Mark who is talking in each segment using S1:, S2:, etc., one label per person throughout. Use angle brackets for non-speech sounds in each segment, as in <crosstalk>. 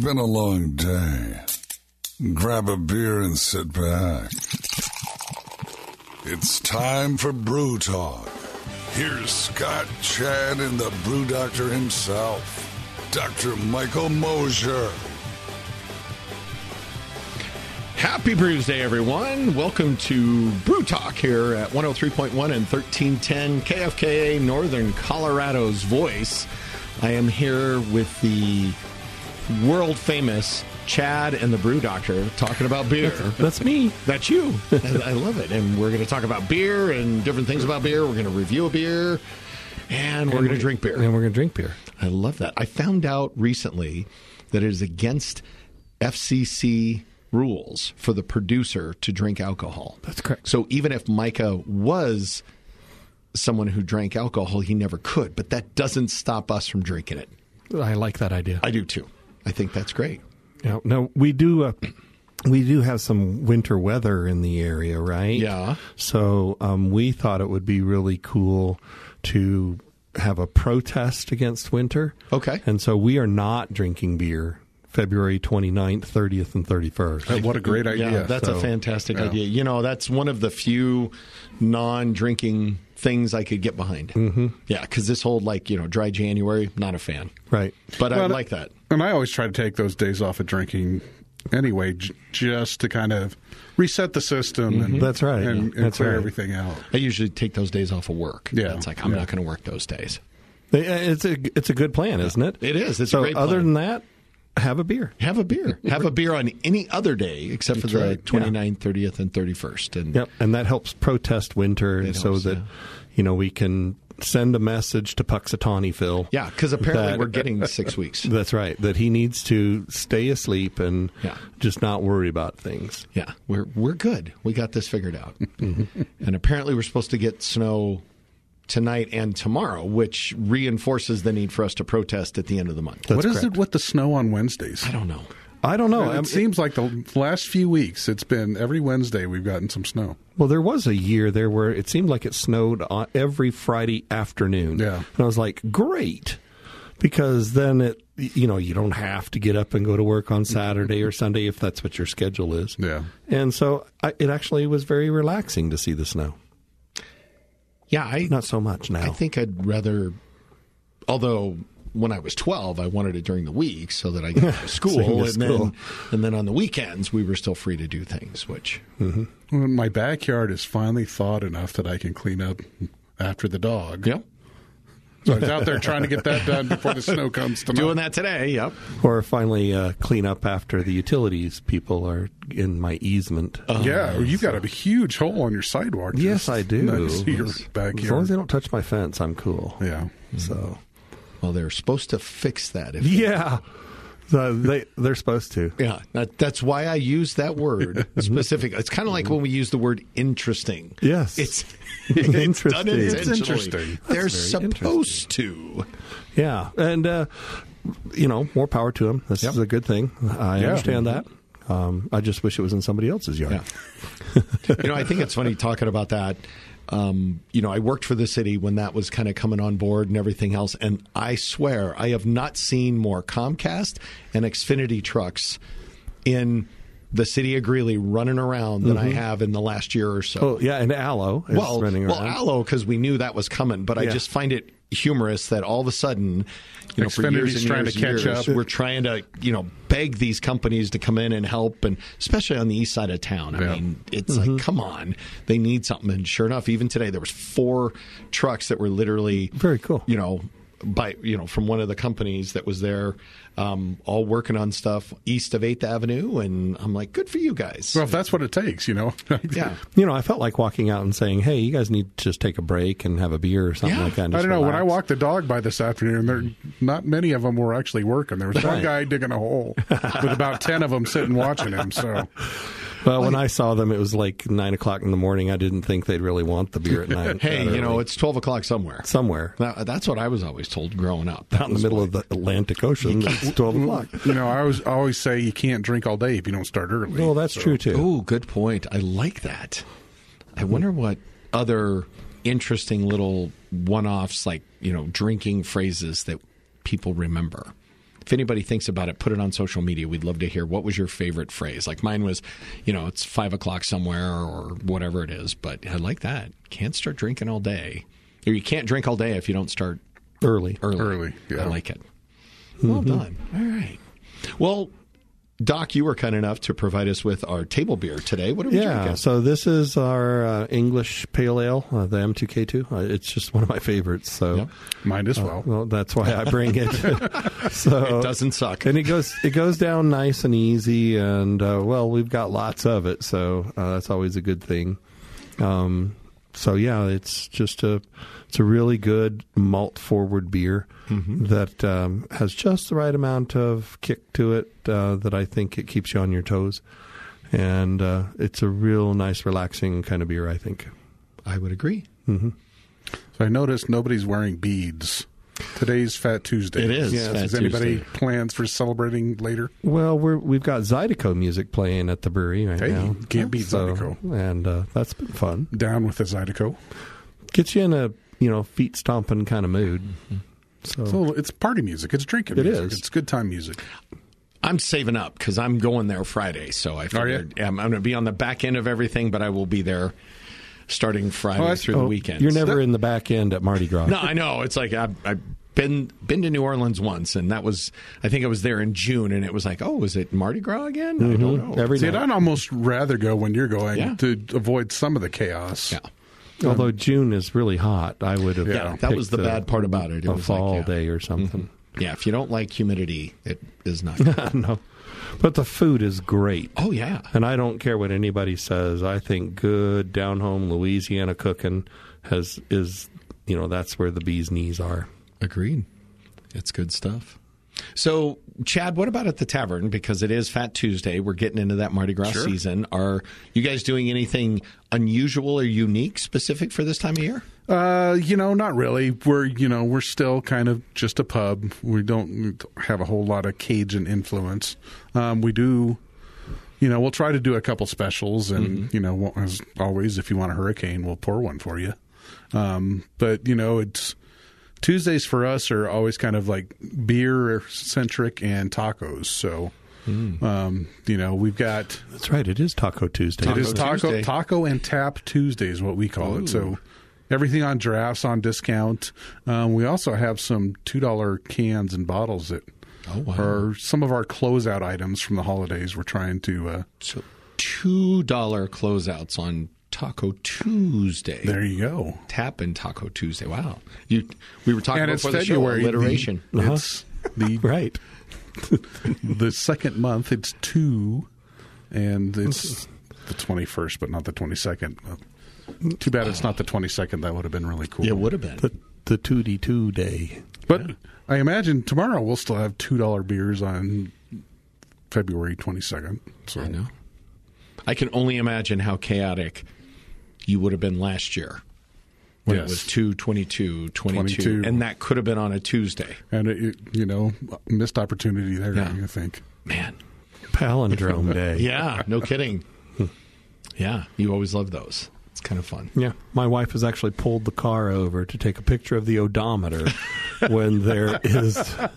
S1: Been a long day. Grab a beer and sit back. It's time for Brew Talk. Here's Scott, Chad, and the Brew Doctor himself, Dr. Michael Mosier.
S2: Happy Brews Day, everyone. Welcome to Brew Talk here at 103.1 and 1310 KFKA Northern Colorado's Voice. I am here with the world famous Chad and the Brew Doctor talking about beer.
S3: That's me.
S2: That's
S3: <laughs>
S2: you. I I love it. <laughs> And we're going to talk about beer and different things about beer. We're going to review a beer and we're going to drink beer.
S3: And we're going to drink beer.
S2: I love that. I found out recently that it is against FCC rules for the producer to drink alcohol.
S3: That's correct.
S2: So even if Micah was someone who drank alcohol, he never could, but that doesn't stop us from drinking it.
S3: I like that idea.
S2: I do too. I think that's great.
S3: Now, now we do uh, we do have some winter weather in the area, right?
S2: Yeah.
S3: So um, we thought it would be really cool to have a protest against winter.
S2: Okay.
S3: And so we are not drinking beer February 29th, 30th, and 31st.
S4: What a great idea.
S2: Yeah, that's a
S3: so-
S2: fantastic idea. You know, that's one of the few non-drinking things I could get behind. Mm-hmm. Yeah, because this whole like you know dry January, not a fan.
S3: Right.
S2: But I
S4: Well,
S2: like that.
S4: And I always try to take those days off of drinking anyway, j- just to kind of reset the system.
S2: Hmm?
S4: And,
S3: That's right.
S4: And, and
S3: Mm-hmm. That's
S4: clear
S3: right.
S4: everything out.
S2: I usually take those days off of work.
S4: Yeah.
S2: It's like, I'm
S4: Yeah.
S2: not going to work those days.
S3: They- uh, It's a it's a good plan, isn't it?
S2: It is. It's a
S3: so
S2: great
S3: other
S2: plan.
S3: than that, have a beer.
S2: Have a beer. Have a beer on any other day except for the twenty 29th, 30th, and 31st. And
S3: Yep, and that helps protest winter, and so
S2: helps,
S3: that
S2: yeah.
S3: you know we can send a message to Puxatawny Phil.
S2: yeah, because apparently
S3: That-
S2: we're getting six weeks.
S3: that's right. That he needs to stay asleep and
S2: Yeah.
S3: just not worry about things.
S2: Yeah, we're we're good. We got this figured out. and apparently, we're supposed to get snow tonight and tomorrow, which reinforces the need for us to protest at the end of the month.
S4: what is
S3: correct.
S4: it with the snow on Wednesdays?
S2: I don't know.
S3: I don't know. Um,
S4: it
S3: I'm-
S4: seems like the last few weeks, it's been every Wednesday we've gotten some snow.
S3: well, there was a year there where it seemed like it snowed on every Friday afternoon.
S4: Yeah.
S3: and I was like, great, because then it you know you don't have to get up and go to work on Saturday or Sunday if that's what your schedule is.
S4: Yeah.
S3: and so I, it actually was very relaxing to see the snow.
S2: Yeah, I
S3: Not so much now.
S2: I think I'd rather. Although when I was 12, I wanted it during the week so that I got <laughs> to school,
S3: Same
S2: and
S3: as
S2: then
S3: school.
S2: and then on the weekends we were still free to do things, which
S4: Well, My backyard is finally thawed enough that I can clean up after the dog.
S2: yep.
S4: So I was out there trying to get that done before the snow comes tonight.
S2: Doing that today, yep.
S3: Or finally, uh, clean up after the utilities people are in my easement.
S1: Uh,
S4: Yeah, you've got a huge hole on your sidewalk.
S3: yes,
S4: Just
S3: I do.
S4: next to your
S3: As long as
S4: backyard.
S3: they don't touch my fence, I'm cool.
S4: Yeah.
S3: So
S2: Well, they're supposed to fix that. If
S3: yeah, so they they're supposed to.
S2: Yeah, that, that's why I use that <laughs> word specific. It's kind of like when we use the word interesting.
S3: Yes.
S2: it's <laughs> it's done
S3: Interesting. It's
S2: intentionally.
S4: interesting.
S2: They're
S3: very
S2: supposed to.
S3: Yeah, and uh, you know, more power to them. This
S2: Yep.
S3: is a good thing. I
S4: Yeah.
S3: understand that. Um, I just wish it was in somebody else's yard.
S2: Yeah. <laughs> you know, I think it's funny talking about that. Um, you know, I worked for the city when that was kind of coming on board and everything else, and I swear I have not seen more Comcast and Xfinity trucks in the city of Greeley running around than I have in the last year or so.
S3: Oh yeah, and Aloe is
S2: well,
S3: running
S2: well,
S3: around.
S2: Allo, because we knew that was coming. But I
S3: Yeah.
S2: just find it humorous that all of a sudden, you know, for
S4: Xfinity's
S2: years and
S4: trying
S2: years
S4: to
S2: and
S4: catch
S2: years,
S4: up.
S2: we're trying to you know beg these companies to come in and help, and especially on the east side of town. I
S4: Yeah. Mm-hmm.
S2: mean, it's like come on, they need something. And sure enough, even today there was four trucks that were literally
S3: Very cool.
S2: You know. By you know, from one of the companies that was there, um, all working on stuff east of Eighth Avenue, and I'm like, good for you guys.
S4: Well, if that's what it takes, you know.
S2: yeah,
S3: you know, I felt like walking out and saying, "Hey, you guys need to just take a break and have a beer or something
S2: Yeah.
S3: like that." and
S4: <laughs> I
S3: just
S4: don't know. When I
S3: relax."
S4: walked the dog by this afternoon, there not many of them were actually working. There was one
S3: Right.
S4: guy digging a hole with about ten of them sitting watching him. So
S3: Well, when I saw them, it was like nine o'clock in the morning. I didn't think they'd really want the beer at
S2: <laughs>
S3: night.
S2: hey,
S3: that
S2: you know,
S3: early.
S2: it's twelve o'clock somewhere.
S3: somewhere
S2: That, that's what I was always told growing up.
S3: out in the middle of the Atlantic Ocean. It's twelve o'clock.
S4: you know, I always I always say you can't drink all day if you don't start early.
S3: Well, that's true too.
S2: Oh, good point. I like that. I wonder what other interesting little one-offs, like you know, drinking phrases that people remember. if anybody thinks about it, put it on social media. We'd love to hear what was your favorite phrase. Like mine was, you know, it's five o'clock somewhere or whatever it is. But I like that. Can't start drinking all day. Or you can't drink all day if you don't start
S3: early.
S2: early.
S4: Early, yeah.
S2: I like it.
S3: Mm-hmm.
S2: Well done. All right. Well, Doc, you were kind enough to provide us with our table beer today. What are we
S3: Yeah,
S2: drinking?
S3: so this is our uh, English pale ale, uh, the M2K2. Uh, it's just one of my favorites. So
S2: Yep.
S4: Might as well.
S3: well, that's why I
S2: <laughs>
S3: bring it. so
S2: It doesn't suck.
S3: and it goes it goes down nice and easy, and uh, well, we've got lots of it, so uh, that's always a good thing. Um, so yeah, it's just a it's a really good malt forward beer
S4: Mm-hmm.
S3: that um, has just the right amount of kick to it uh, that I think it keeps you on your toes, and uh, it's a real nice relaxing kind of beer. I think.
S2: I would agree.
S4: So I noticed nobody's wearing beads. Today's Fat Tuesday.
S2: It is
S3: Yeah,
S2: Fat
S4: Has anybody
S2: Tuesday.
S4: plans for celebrating later?
S3: Well, we're, we've got Zydeco music playing at the brewery right
S4: Hey,
S3: now.
S4: can't beat
S3: So-
S4: Zydeco.
S3: and uh, that's been fun.
S4: Down with the Zydeco.
S3: Gets you in a you know feet stomping kind of mood. So,
S4: So it's party music. It's drinking
S3: It
S4: music.
S3: is.
S4: It's good time music.
S2: I'm saving up because I'm going there Friday, so I
S4: Are you?
S2: figured I'm, I'm going to be on the back end of everything, but I will be there starting Friday
S4: Oh, that's-
S2: through the weekend.
S3: You're never in the back end at Mardi
S2: <laughs>
S3: Gras.
S2: No, I know. It's like I've, I've been been to New Orleans once, and that was I think I was there in June, and it was like, oh, is it Mardi Gras again? I don't know.
S3: Mm-hmm. Every
S4: See,
S3: night.
S4: I'd almost rather go when you're going
S2: Yeah.
S4: to avoid some of the chaos.
S2: yeah,
S3: Although June is really hot, I would have.
S4: Yeah,
S2: that was
S3: picked
S2: the bad part about it. It
S3: a
S2: was like,
S3: fall
S2: yeah.
S3: day or something.
S2: yeah. If you don't like humidity, it is not.
S3: <laughs>
S2: good.
S3: no, but the food is great,
S2: <laughs> oh yeah,
S3: and I don't care what anybody says. I think good down home Louisiana cooking has is you know that's where the bees knees are.
S2: Agreed. It's good stuff. So, Chad, what about at the tavern? Because it is Fat Tuesday. We're getting into that Mardi Gras
S4: Sure.
S2: season. Are you guys doing anything unusual or unique specific for this time of year?
S4: Uh, you know, not really. We're you know we're still kind of just a pub. We don't have a whole lot of Cajun influence. Um, we do, you know, we'll try to do a couple specials, and you know, well, as always, if you want a hurricane, we'll pour one for you. Um, but you know, it's Tuesdays for us are always kind of like beer centric and tacos. So, um, you know, we've got
S3: That's right. It is Taco Tuesday.
S4: it is taco
S2: Tuesday.
S4: taco and tap Tuesday is what we call it. So everything on drafts on discount. Um, we also have some two dollar cans and bottles that
S2: Oh, wow.
S4: are some of our closeout items from the holidays. We're trying to. Uh,
S2: So, $2 closeouts on Taco Tuesday.
S4: there you go.
S2: Tap and Taco Tuesday. Wow. You, we were talking
S4: and
S2: about
S4: it's
S2: before the show,
S4: February.
S2: alliteration. Uh-huh.
S4: The- It's the
S3: right.
S4: the second month. It's two,
S2: <laughs>
S4: and it's the twenty first, but not the twenty second. Too bad it's not the twenty second. That would have been really cool.
S2: It would have been.
S3: The the two D two day.
S4: But I imagine tomorrow we'll still have two dollar beers on February twenty second. So
S2: I know. I can only imagine how chaotic you would have been last year when it
S4: Yes.
S2: was 2 22 22,
S4: 22.
S2: and that could have been on a Tuesday.
S4: and it, it- you know, missed opportunity there.
S2: Yeah.
S4: I think.
S2: Man.
S3: <laughs> Palindrome day.
S2: Yeah, <laughs> no kidding. yeah, you always love those. It's kind of fun.
S3: Yeah, my wife has actually pulled the car over to take a picture of the <laughs> odometer when there is a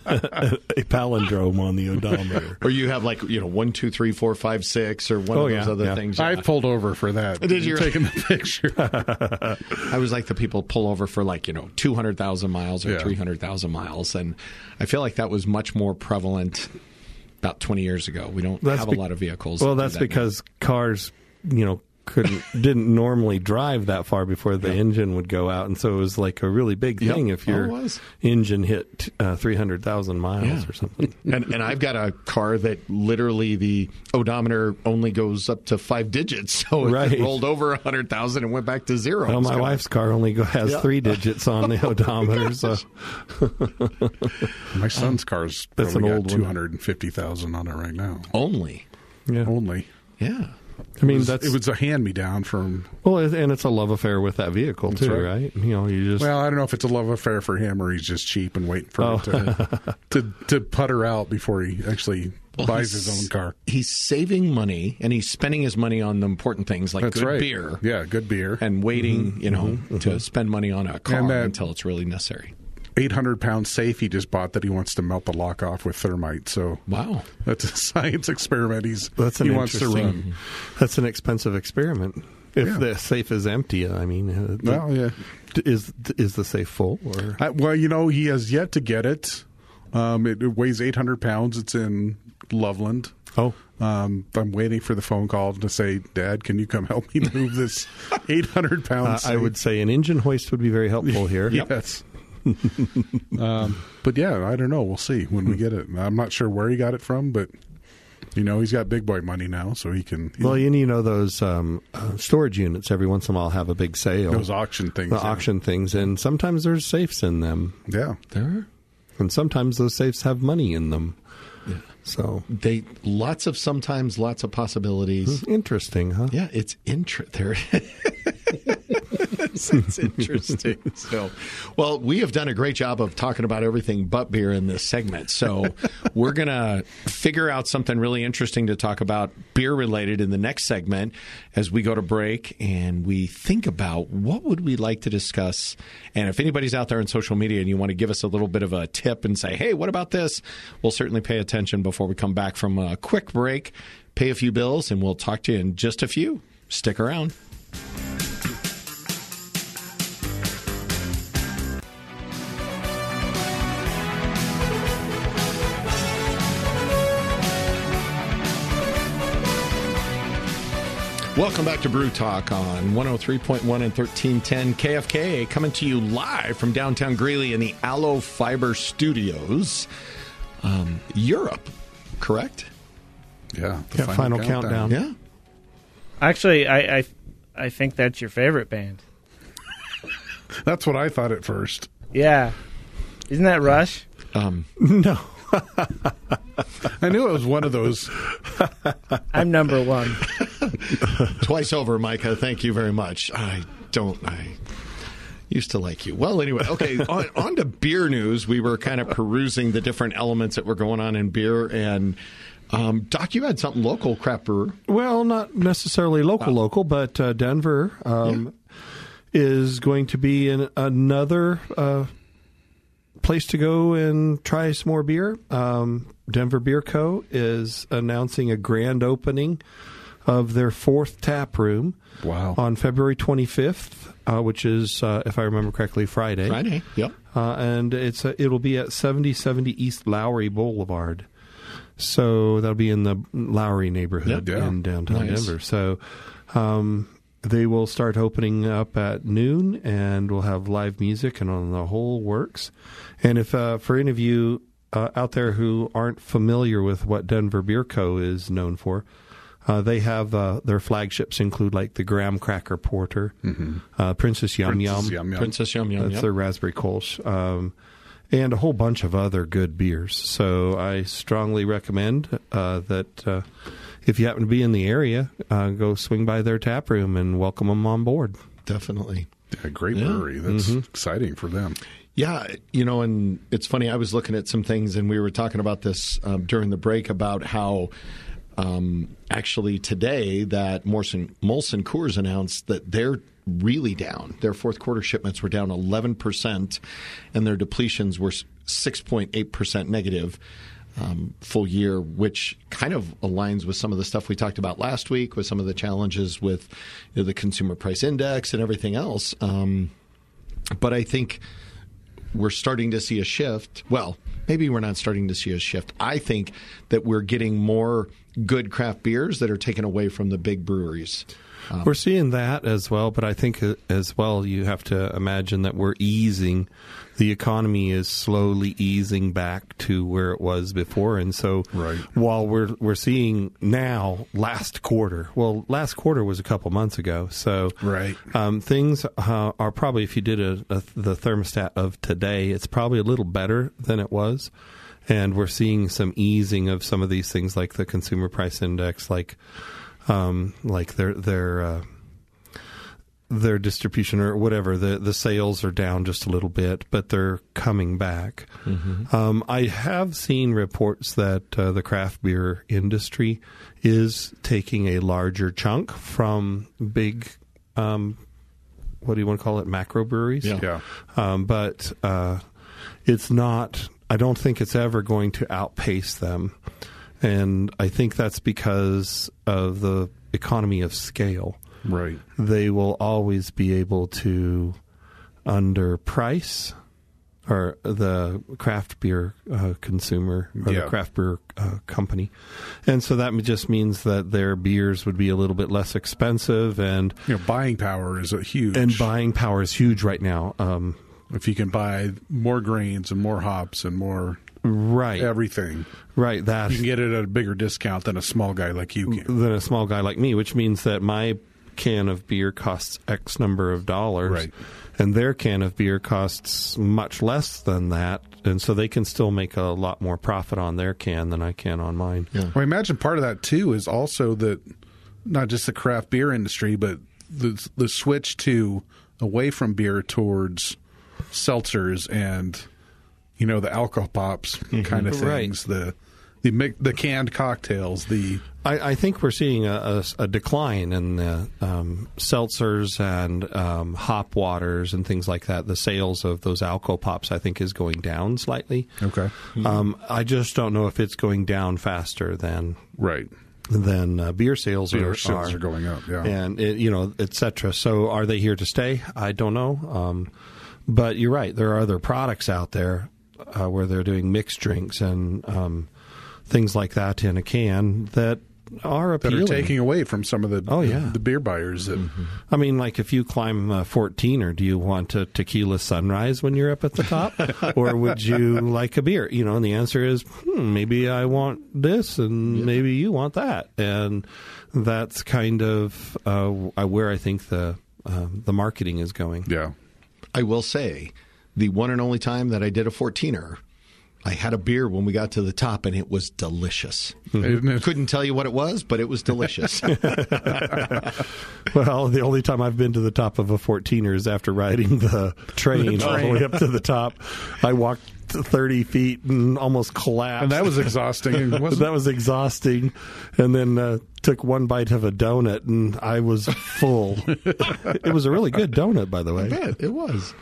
S3: palindrome on the odometer.
S2: Or you have like, you know, one, two, three, four, five, six, or one
S3: Oh,
S2: of those
S3: yeah,
S2: other
S3: yeah.
S2: things.
S4: I pulled over for that.
S2: Did you?
S4: taking the picture?
S2: I was like the people pull over for like, you know, 200,000 miles or
S4: Yeah.
S2: 300,000 miles. And I feel like that was much more prevalent about 20 years ago. We don't
S3: <laughs> That's
S2: have
S3: be-
S2: a lot of vehicles.
S3: Well,
S2: that do
S3: that's
S2: that now.
S3: because cars, you know, couldn't didn't normally drive that far before the engine would go out, and so it was like a really big
S2: Yep.
S3: thing if
S2: Oh, it
S3: your
S2: was.
S3: engine hit uh, three hundred thousand miles
S2: Yeah.
S3: or something.
S2: <laughs> and and I've got a car that literally the odometer only goes up to five digits. <laughs> So if
S3: Right.
S2: it rolled over a hundred thousand and went back to zero.
S3: Well,
S2: it's
S3: my
S2: kinda-
S3: wife's car only go, has
S2: Yeah.
S3: three digits
S2: <laughs>
S3: on the <laughs> odometer, so
S4: My son's car's
S3: That's
S4: probably
S3: an
S4: got
S3: old one.
S4: two hundred and fifty thousand on it right now.
S2: only.
S3: yeah.
S4: Only.
S2: Yeah.
S3: I mean, that's
S4: it was a hand me down from.
S3: well, and it's a love affair with that vehicle too,
S4: right.
S3: right. You know, you just
S4: Well, I don't know if it's a love affair for him or he's just cheap and waiting for it to, <laughs> to to putter out before he actually buys his own car.
S2: He's saving money and he's spending his money on the important things like
S4: That's
S2: good
S4: right.
S2: beer
S4: Yeah, good beer.
S2: and waiting, you know, to spend money on a car
S4: And that-
S2: until it's really necessary.
S4: 800 pound safe he just bought that he wants to melt the lock off with thermite. So
S2: Wow.
S4: that's a <laughs> science experiment he's
S3: That's an
S4: he wants to
S3: interesting-
S4: run.
S3: That's an expensive experiment. If
S4: Yeah.
S3: the safe is empty, I mean, uh, the-
S4: Well, yeah.
S3: d- is is the safe full or
S4: I, well, you know, he has yet to get it. Um, it, it weighs 800 pounds. It's in Loveland.
S3: oh
S4: Um, I'm waiting for the phone call to say, Dad, can you come help me
S3: <laughs>
S4: move this 800 pound
S3: Uh, I
S4: safe?"
S3: would say an engine hoist would be very
S4: <laughs>
S3: helpful here.
S4: Yes. um, but yeah, I don't know. We'll see when we get it. I'm not sure where he got it from, but you know, he's got big boy money now, so he can he,
S3: Well, and you know those um, uh, storage units every once in a while have a big sale.
S4: those auction things.
S3: the
S4: yeah.
S3: auction things, and sometimes there's safes in them,
S4: Yeah.
S2: There
S3: and sometimes those safes have money in them. So
S2: they lots of sometimes lots of possibilities.
S3: interesting, huh?
S2: Yeah, it's inter- there. it <laughs> is. it's interesting. So, well, we have done a great job of talking about everything but beer in this segment. So, we're going to figure out something really interesting to talk about beer related in the next segment as we go to break and we think about what would we like to discuss. And if anybody's out there on social media and you want to give us a little bit of a tip and say, "Hey, what about this?" We'll certainly pay attention before we come back from a quick break pay a few bills, and we'll talk to you in just a few. Stick around. Welcome back to Brew Talk on 103.1 and 1310 KFK, coming to you live from downtown Greeley in the Aloe Fiber Studios, um, Europe, correct?
S4: Yeah. The
S3: Yeah, final
S4: Um,
S3: countdown.
S2: Yeah.
S5: Actually, I, I I think that's your favorite band.
S4: That's what I thought at first.
S5: Yeah, isn't that Rush?
S2: Um,
S3: No,
S4: I knew it was one of those.
S5: I'm number one.
S2: twice over, Micah. Thank you very much. I don't. I used to like you. Well, anyway,
S4: <laughs>
S2: okay. On, on to beer news. We were kind of perusing the different elements that were going on in beer, and um, Doc, you had something local, crap brewer.
S3: well, not necessarily local, local, but uh, Denver um, is going to be in another uh, place to go and try some more beer. Um, Denver Beer Co. is announcing a grand opening of their fourth tap room.
S4: Wow.
S3: on February 25th, uh, which is, uh, if I remember correctly, Friday.
S2: Friday. Yep.
S3: Uh, and it's uh, it'll be at 7070 East Lowry Boulevard. So that'll be in the Lowry neighborhood
S4: Yeah, yeah.
S3: in downtown
S2: Nice.
S3: Denver. So um, they will start opening up at noon, and we'll have live music and on the whole works. And if uh, for any of you uh, out there who aren't familiar with what Denver Beer Co. is known for, uh, they have uh, their flagships include like the Graham Cracker Porter, uh, Princess Yum <laughs>
S4: Mm-hmm. Princess
S3: Yum,
S4: Yum Yum.
S2: Princess Yum Yum.
S3: that's
S2: Yum.
S3: their raspberry kolsch. Um, and a whole bunch of other good beers. So I strongly recommend uh, that uh, if you happen to be in the area, uh, go swing by their tap room and welcome them on board.
S2: Definitely.
S4: Yeah, great brewery. That's
S3: Mm-hmm.
S4: exciting for them.
S2: Yeah, you know, and it's funny. I was looking at some things, and we were talking about this um, during the break about how um, actually today that Morrison, Molson Coors announced that they're really down. Their fourth quarter shipments were down 11%, and their depletions were s- 6.8% negative um, full year, which kind of aligns with some of the stuff we talked about last week, with some of the challenges with you know, the consumer price index and everything else. Um, but I think we're starting to see a shift. Well, maybe we're not starting to see a shift. I think that we're getting more good craft beers that are taken away from the big breweries.
S4: Uh-huh.
S3: We're seeing that as well, but I think uh, as well you have to imagine that we're easing. The economy is slowly easing back to where it was before, and so
S4: Right.
S3: while we're we're seeing now last quarter. Well, last quarter was a couple months ago, so
S4: Right.
S3: um, things uh, are probably if you did a, a, the thermostat of today, it's probably a little better than it was. And we're seeing some easing of some of these things, like the consumer price index, like um, like their their uh, their distribution or whatever. The the sales are down just a little bit, but they're coming back. Um, I have seen reports that uh, the craft beer industry is taking a larger chunk from big. Um, what do you want to call it? Macro breweries
S2: Yeah.
S4: Yeah.
S3: um, but uh, it's not. I don't think it's ever going to outpace them, and I think that's because of the economy of scale.
S4: Right.
S3: They will always be able to underprice or the craft beer uh, consumer or
S4: Yeah.
S3: the craft beer uh, company. And so that just means that their beers would be a little bit less expensive and
S4: You know, buying power is a huge.
S3: and buying power is huge right now. Um,
S4: if you can buy more grains and more hops and more
S3: Mm. right.
S4: everything,
S3: Right, that
S4: you can get it at a bigger discount than a small guy like you can.
S3: than a small guy like me, which means that my can of beer costs X number of dollars,
S4: Right.
S3: and their can of beer costs much less than that, and so they can still make a lot more profit on their can than I can on mine.
S2: Yeah.
S4: Well, I imagine part of that too is also that not just the craft beer industry, but the the switch to away from beer towards seltzers and you know the alcohol pops
S3: Mm-hmm.
S4: kind of
S3: Right.
S4: things the the mi- the canned cocktails the
S3: I, I think we're seeing a, a s- a decline in the um, seltzers and um, hop waters and things like that. The sales of those alcohol pops, I think, is going down slightly.
S4: okay
S3: Um, I just don't know if it's going down faster than
S4: right
S3: than uh, beer sales
S4: beer
S3: are,
S4: sales are going up yeah
S3: and it, you know, et cetera. So, are they here to stay? I don't know. Um, but you're right. There are other products out there uh, where they're doing mixed drinks and um, things like that in a can that are
S4: that
S3: appealing.
S4: are taking away from some of the
S3: Oh, yeah. Mm-hmm.
S4: the beer buyers that
S3: I mean, like if you climb uh, 14er, do you want a tequila sunrise when you're up at the top,
S4: <laughs>
S3: or would you like a beer? You know, and the answer is hmm, maybe I want this, and maybe you want that, and that's kind of uh, where I think the um, the marketing is going.
S4: yeah
S2: I will say, the one and only time that I did a 14er, I had a beer when we got to the top, and it was delicious.
S3: Mm-hmm.
S4: Isn't it?
S2: Couldn't tell you what it was, but it was delicious.
S3: <laughs> Well, the only time I've been to the top of a 14er is after riding
S4: <laughs>
S3: the train, all the way up to the top. I walked 30 feet and almost collapsed.
S4: and
S3: <laughs>
S4: that was exhausting wasn't
S3: that was exhausting. And then uh, took one bite of a donut, and I was
S2: <laughs>
S3: full. it was a really good donut, by the way.
S2: bet it was.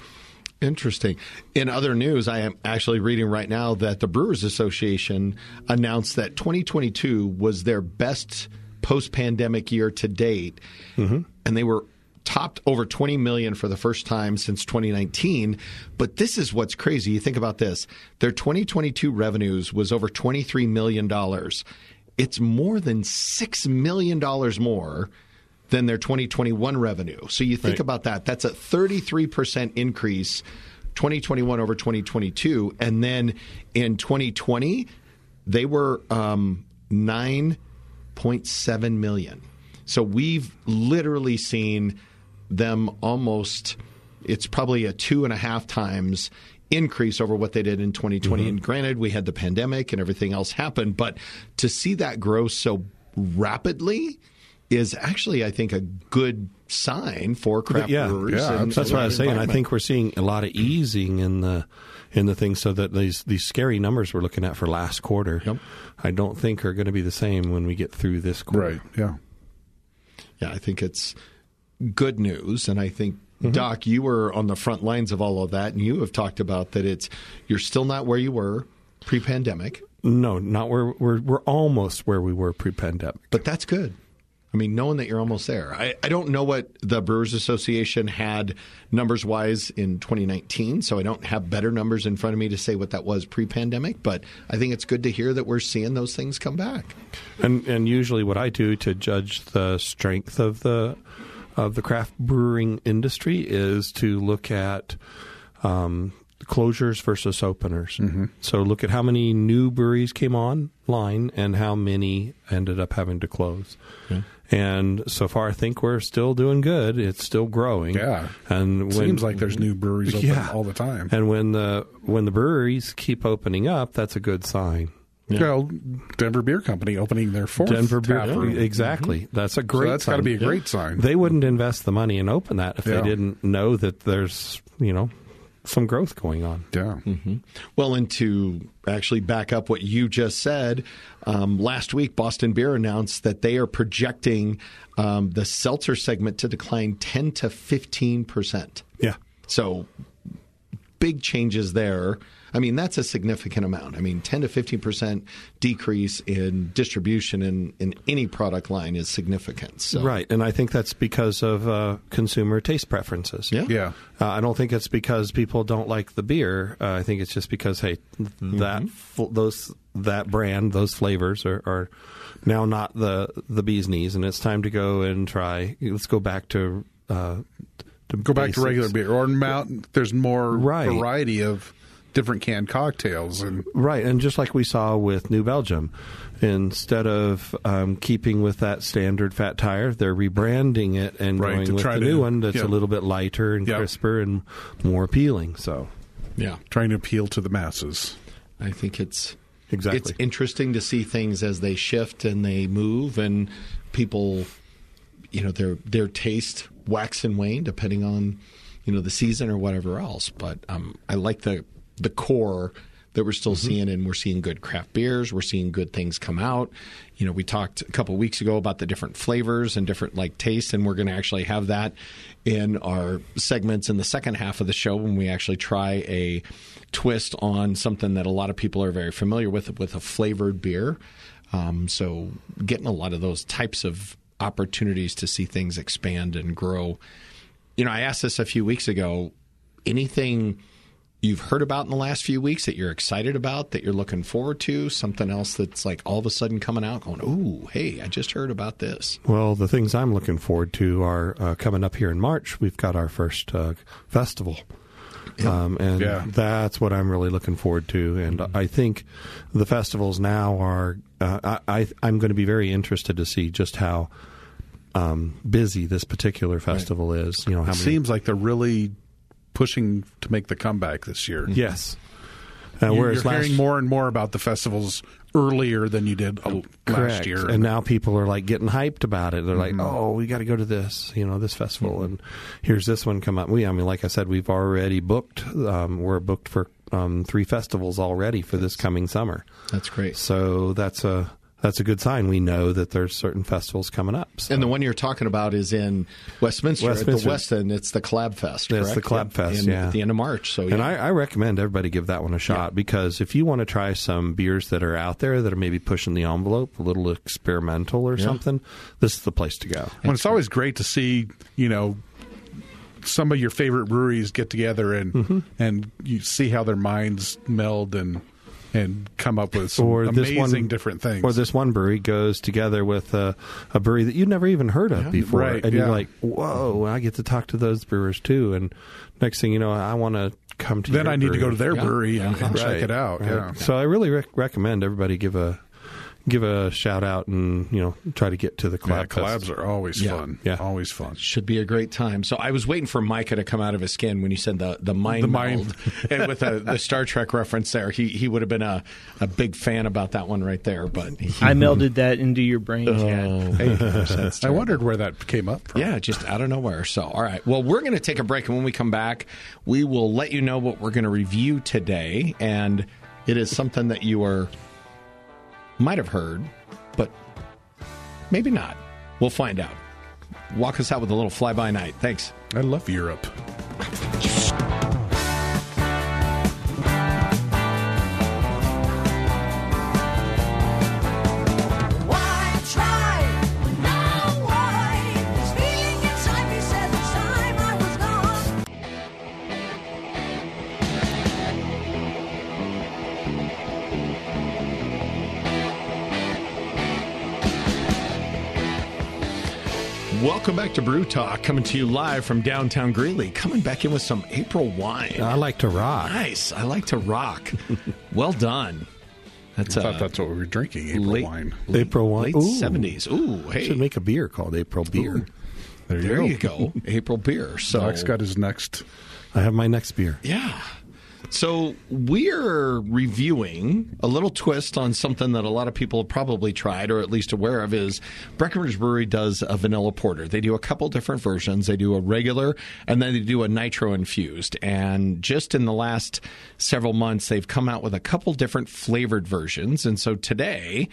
S2: Interesting. In other news, I am actually reading right now that the Brewers Association announced that 2022 was their best post pandemic year to date. And they were topped over 20 million for the first time since 2019. But this is what's crazy. You think about this their 2022 revenues was over $23 million. It's more than $6 million more than their 2021 revenue. So you think about that. That's a 33% increase 2021 over 2022. And then in 2020, they were um, 9.7 million. So we've literally seen them almost, it's probably a two and a half times increase over what they did in 2020. And granted, we had the pandemic and everything else happened, but to see that grow so rapidly is actually, I think, a good sign for craft
S3: yeah,
S2: brewers.
S4: yeah,
S2: and-
S3: That's what I was saying. I
S2: environment.
S3: think we're seeing a lot of easing in the in the thing, so that these these scary numbers we're looking at for last quarter,
S2: Yep.
S3: I don't think are going to be the same when we get through this quarter.
S4: right yeah
S2: Yeah, I think it's good news. And I think,
S3: Mm-hmm.
S2: Doc, you were on the front lines of all of that. And you have talked about that it's you're still not where you were pre pandemic,
S3: No, not where we're we're almost where we were pre-pandemic.
S2: but that's good. I mean, knowing that you're almost there. I, I don't know what the Brewers Association had numbers wise in 2019, so I don't have better numbers in front of me to say what that was pre pandemic, but I think it's good to hear that we're seeing those things come back.
S3: And and usually what I do to judge the strength of the of the craft brewing industry is to look at um, closures versus openers.
S4: Mm-hmm.
S3: So look at how many new breweries came online and how many ended up having to close. And so far, I think we're still doing good. It's still growing.
S4: Yeah.
S3: and when, Mm-hmm.
S4: seems like there's new breweries open
S3: Yeah.
S4: all the time
S3: and when the when the breweries keep opening up, that's a good sign.
S4: Well, Denver Beer Company opening their fourth
S3: Denver
S4: tap
S3: beer,
S4: room.
S3: exactly. That's a great.
S4: Mm-hmm. so that's got
S3: sign.
S4: to be a great sign.
S3: They wouldn't invest the money and open that if
S4: Yeah.
S3: they didn't know that there's, you know, some growth going on.
S4: yeah.
S3: Mm-hmm.
S2: Well, and to actually back up what you just said, um, last week Boston Beer announced that they are projecting um, the seltzer segment to decline 10 to 15 percent.
S3: Yeah.
S2: So big changes there. I mean, that's a significant amount. I mean, 10 to 15% decrease in distribution in, in any product line is significant. So,
S3: Right, and I think that's because of uh, consumer taste preferences.
S2: Yeah.
S4: Yeah.
S3: Uh, I don't think it's because people don't like the beer. Uh, I think it's just because hey,
S4: Mm-hmm.
S3: that fl- those that brand, those flavors are, are now not the the bee's knees, and it's time to go and try. Let's go back to uh, to
S4: Go back
S3: basics.
S4: to regular beer or mount. There's more
S3: Right.
S4: variety of different canned cocktails and
S3: Right, and just like we saw with New Belgium, instead of um, keeping with that standard fat tire, they're rebranding it and
S4: Right, to
S3: going with
S4: try
S3: a
S4: to-
S3: new one that's
S4: yeah.
S3: a little bit lighter and
S4: Yeah.
S3: crisper and more appealing. So,
S2: Yeah.
S4: trying to appeal to the masses.
S2: I think it's
S3: Exactly.
S2: It's interesting to see things as they shift and they move, and people, you know, their their taste wax and wane depending on, you know, the season or whatever else. But um, I like the the core that we're still seeing, and we're seeing good craft beers. We're seeing good things come out. You know, we talked a couple weeks ago about the different flavors and different like tastes, and we're going to actually have that in our segments in the second half of the show when we actually try a twist on something that a lot of people are very familiar with, with a flavored beer. Um, so, getting a lot of those types of opportunities to see things expand and grow. You know, I asked this a few weeks ago. Anything you've heard about in the last few weeks that you're excited about, that you're looking forward to, something else that's like all of a sudden coming out, going, "Ooh, hey, I just heard about this."
S3: well, the things I'm looking forward to are uh, coming up here in March. We've got our first uh, festival. Um, and
S4: Yeah. Mm-hmm.
S3: that's what I'm really looking forward to. And I think the festivals now are, uh, I, I, I'm going to be very interested to see just how um, busy this particular festival is. You know, how
S4: It
S3: many.
S4: seems like they're really pushing to make the comeback this year.
S3: yes. Uh,
S4: You-
S3: whereas
S4: You're
S3: last,
S4: hearing more and more about the festivals earlier than you did uh, last
S3: Correct.
S4: year.
S3: And now people are like getting hyped about it. They're like, "Oh, we got to go to this, you know, this festival, and here's this one come up." We, I mean, like I said, we've already booked. Um, we're booked for um, three festivals already for this coming summer.
S2: That's great.
S3: So that's a that's a good sign. We know that there's certain festivals coming up. So
S2: And the one you're talking about is in Westminster, at the
S3: Westminster.
S2: West End. It's the Collab Fest.
S3: That's
S2: correct?
S3: the Collab Fest,
S2: In-
S3: yeah.
S2: at the end of March. So,
S3: And
S2: oh, yeah.
S3: I, I recommend everybody give that one a shot because if you want to try some beers that are out there that are maybe pushing the envelope, a little experimental or something, this is the place to go.
S4: Well, it's always great to see, you know, some of your favorite breweries get together and and you see how their minds meld and and come up with some
S3: or this
S4: amazing
S3: one,
S4: different things.
S3: Or this one brewery goes together with a, a brewery that you've never even heard of before,
S4: Right,
S3: and
S4: yeah.
S3: you're like, "Whoa, I get to talk to those brewers too." And next thing you know, I want to come to.
S4: then
S3: your
S4: I need to
S3: brewery.
S4: go to their
S2: Yeah.
S4: brewery and, and check
S3: Right,
S4: it out.
S3: right.
S4: Yeah.
S3: So I really rec- recommend everybody give a give a shout out and you know try to get to the
S4: Yeah,
S3: collab.
S4: collabs are always
S2: Yeah.
S4: fun.
S3: Yeah.
S4: Always fun.
S2: should be a great time. So I was waiting for Micah to come out of his skin when you said the the mind
S4: The
S2: meld, <laughs>
S4: mind.
S2: and with a, the Star Trek reference there, he he would have been a, a big fan about that one right there. But he,
S3: <laughs>
S5: I
S2: <laughs>
S5: melded that into your brain,
S3: Uh.
S5: Chad.
S2: Hey, gosh, that's
S4: I wondered where that came up from.
S2: Yeah, just out of nowhere. So, all right. Well, we're going to take a break, and when we come back, we will let you know what we're going to review today. And it is something that you are might have heard, but maybe not. We'll find out. Walk us out with a little fly by night. Thanks.
S4: I love Europe.
S6: Why try when now why? This feeling inside me says it's time I was gone.
S2: Welcome back to Brew Talk, coming to you live from downtown Greeley. Coming back in with some April wine.
S3: I like to rock.
S2: nice. I like to
S4: <laughs>
S2: rock. well done. That's
S4: I thought
S2: uh,
S4: that's what we were drinking, April
S2: late-
S4: wine.
S3: April wine.
S2: Late
S3: Ooh.
S2: 70s. Ooh, hey.
S3: Should make a beer called April Beer.
S4: There you
S2: There
S4: go.
S2: you go.
S3: <laughs>
S2: April beer. So
S4: Doc's got his next.
S3: I have my next beer.
S2: yeah. So we're reviewing a little twist on something that a lot of people have probably tried or at least aware of is Breckenridge Brewery does a vanilla porter. They do a couple different versions. They do a regular and then they do a nitro infused. And just in the last several months they've come out with a couple different flavored versions. And so today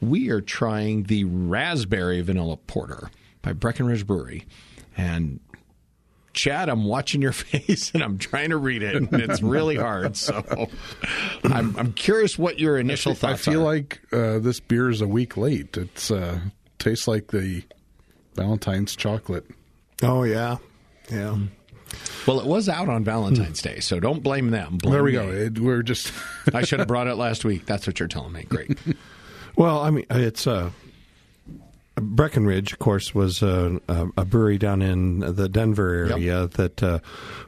S2: we are trying the raspberry vanilla porter by Breckenridge Brewery. And Chad, I'm watching your <laughs> face and I'm trying to read it, and it's really hard. So I'm, I'm curious what your initial
S4: I
S2: thoughts
S4: feel
S2: are.
S4: like uh, this beer is a week late. It's uh, tastes like the Valentine's chocolate.
S3: Oh yeah, yeah.
S2: well, it was out on Valentine's Day, so don't blame them. Blame
S4: There we go.
S2: me.
S4: It, we're just
S2: I should have brought it last week. That's what you're telling me. Great.
S3: Well, I mean, it's uh, Breckenridge, of course, was a, a, a brewery down in the Denver area that uh,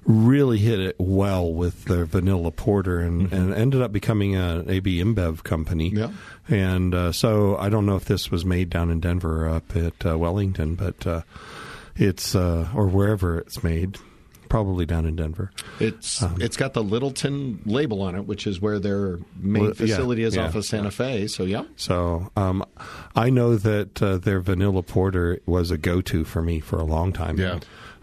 S3: really hit it well with their vanilla porter and, and ended up becoming an AB InBev company.
S2: Yeah.
S3: And uh, so I don't know if this was made down in Denver or up at uh, Wellington, but uh, it's, uh, or wherever it's made, probably down in Denver.
S2: It's it's got the Littleton label on it, which is where their main
S3: Well, yeah,
S2: facility is off
S3: yeah,
S2: of Santa Fe. So yeah,
S3: So um, I know that uh, their vanilla porter was a go-to for me for a long time.
S4: Yeah.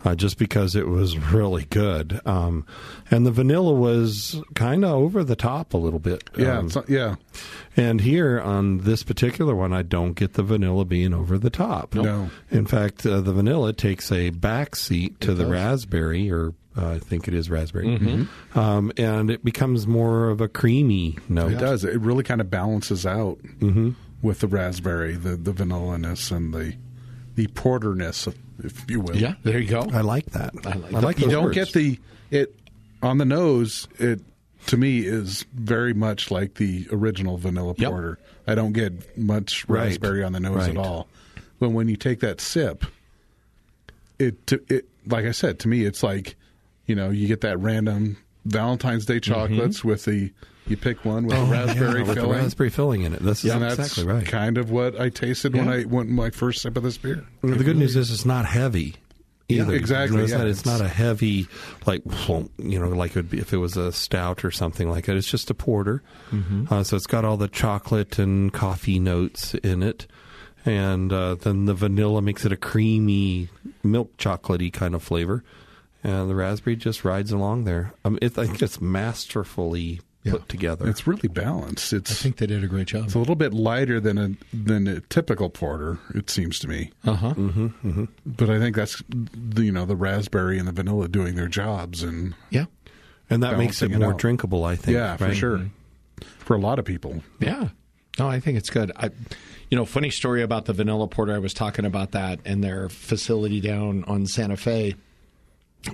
S3: Uh, just because it was really good, um, and the vanilla was kind of over the top a little bit.
S4: yeah
S3: Um,
S4: it's not- yeah
S3: and here on this particular one, I don't get the vanilla being over the top.
S4: No.
S3: In fact, uh, the vanilla takes a back seat to the raspberry, or uh, I think it is raspberry, um, and it becomes more of a creamy note.
S4: Mm-hmm. it does. It really kind of balances out with the raspberry, the the vanilla-ness and the the porterness, if you will.
S2: there you go.
S3: I like that. I
S2: like
S3: I
S2: that.
S3: like
S4: you
S3: those
S4: don't
S3: words.
S4: get the it on the nose. It to me is very much like the original vanilla
S2: Yep.
S4: porter. I don't get much
S3: Right.
S4: raspberry on the nose
S3: Right.
S4: at all. But when you take that sip, it to- it like I said to me, it's like you know you get that random Valentine's Day chocolates with the you pick one with a raspberry
S3: Mm-hmm. Oh, yeah, with
S4: filling.
S3: the raspberry filling in it. This is
S4: and that's
S3: exactly right.
S4: kind of what I tasted when I went my first sip of this beer.
S3: the good news is it's not heavy either.
S4: exactly,
S3: It's,
S4: yeah.
S3: not, it's not a heavy like whoomp, you know like it would be if it was a stout or something like that. It's just a porter,
S4: Mm-hmm.
S3: uh, so it's got all the chocolate and coffee notes in it. And uh, then the vanilla makes it a creamy, milk chocolatey kind of flavor, and the raspberry just rides along there. Um, it, I think it's masterfully put together.
S4: It's really balanced. It's
S2: I think they did a great job.
S4: It's a little bit lighter than a than a typical porter, it seems to me.
S2: Uh huh.
S4: But I think that's the, you know the raspberry and the vanilla doing their jobs, and
S2: Yeah.
S3: and that makes it
S4: balancing it
S3: more
S4: out.
S3: drinkable, I think.
S4: yeah, for
S3: right?
S4: sure, for a lot of people.
S2: Yeah. No, I think it's good. I, you know, funny story about the vanilla porter. I was talking about that and their facility down on Santa Fe.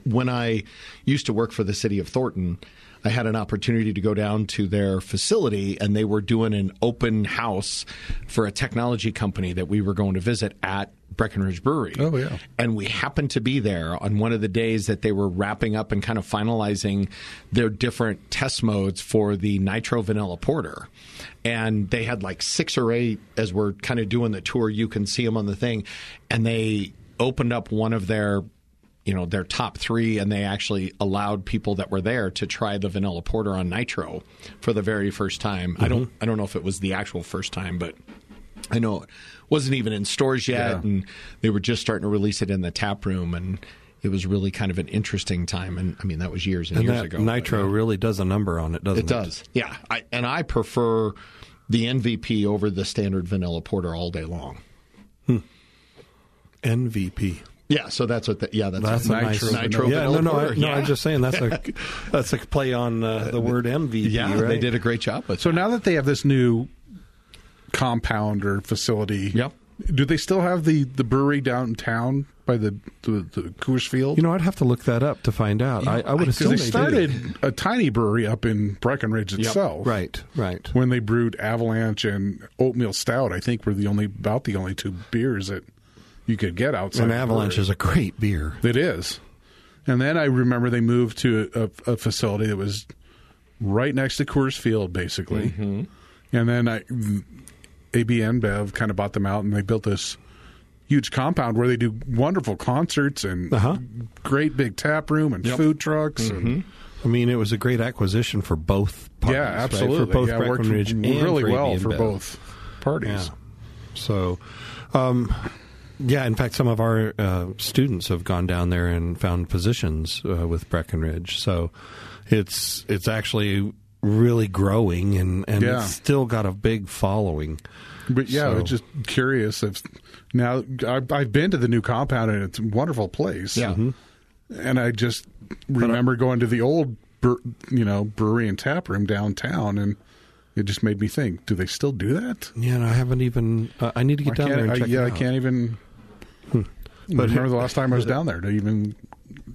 S2: When I used to work for the city of Thornton, I had an opportunity to go down to their facility and they were doing an open house for a technology company that we were going to visit at Breckenridge Brewery.
S4: Oh, yeah.
S2: And we happened to be there on one of the days that they were wrapping up and kind of finalizing their different test modes for the nitro vanilla porter. And they had like six or eight, as we're kind of doing the tour, you can see them on the thing. And they opened up one of their you know their top three, and they actually allowed people that were there to try the vanilla porter on nitro for the very first time. I
S3: Mm-hmm.
S2: don't I don't know if it was the actual first time, but I know it wasn't even in stores yet, and they were just starting to release it in the tap room, and it was really kind of an interesting time. And I mean that was years and,
S3: And
S2: years
S3: that
S2: ago. but,
S3: nitro
S2: yeah.
S3: really does a number on it,
S2: It
S3: doesn't it?
S2: does, yeah. I, and I prefer the MVP over the standard vanilla porter all day long.
S3: MVP.
S2: Yeah, so that's what. The, yeah, that's,
S3: That's
S2: it.
S3: a nice
S2: nitro.
S3: Yeah, no,
S2: vanilla
S3: no, I,
S2: porter.
S3: no.
S2: yeah.
S3: I'm just saying that's a that's a play on uh, the word MVP.
S2: Yeah,
S3: right?
S2: they did a great job with.
S4: So
S2: that.
S4: now that they have this new compound or facility,
S2: Yep.
S4: Do they still have the the brewery downtown by the the, the Coors Field?
S3: You know, I'd have to look that up to find out. I, I would
S4: because
S3: assume
S4: they
S3: they did.
S4: started a tiny brewery up in Breckenridge itself,
S3: Right, right.
S4: when they brewed Avalanche and Oatmeal Stout, I think were the only about the only two beers that you could get outside.
S3: And
S4: the
S3: Avalanche
S4: brewery.
S3: is a great beer.
S4: It is. And then I remember they moved to a, a facility that was right next to Coors Field, basically.
S3: Mm-hmm.
S4: And then I, ABN Bev kind of bought them out, and they built this huge compound where they do wonderful concerts and
S3: Uh-huh.
S4: great big tap room and food trucks and
S3: I mean, it was a great acquisition for both parties.
S4: yeah,
S3: right?
S4: absolutely.
S3: For both
S4: yeah, it worked
S3: Breckenridge and
S4: really
S3: for
S4: well
S3: AB
S4: for
S3: InBev.
S4: both parties.
S3: Yeah. So, um, yeah, in fact, some of our uh, students have gone down there and found positions uh, with Breckenridge. So, it's it's actually really growing and and
S4: Yeah.
S3: it's still got a big following.
S4: But yeah, I was
S3: So-
S4: just
S3: Mm-hmm.
S4: curious if now I- I've been to the new compound and it's a wonderful place.
S2: Yeah.
S4: and I just remember going to the old, bre- you know, brewery and tap room downtown, and it just made me think: Do they still do that?
S3: Yeah, and I haven't even. Uh, I need to get
S4: I
S3: down there
S4: can't.
S3: and
S4: I,
S3: check
S4: yeah,
S3: it
S4: I
S3: out. Hmm.
S4: can't even. But remember the last time I was down there to even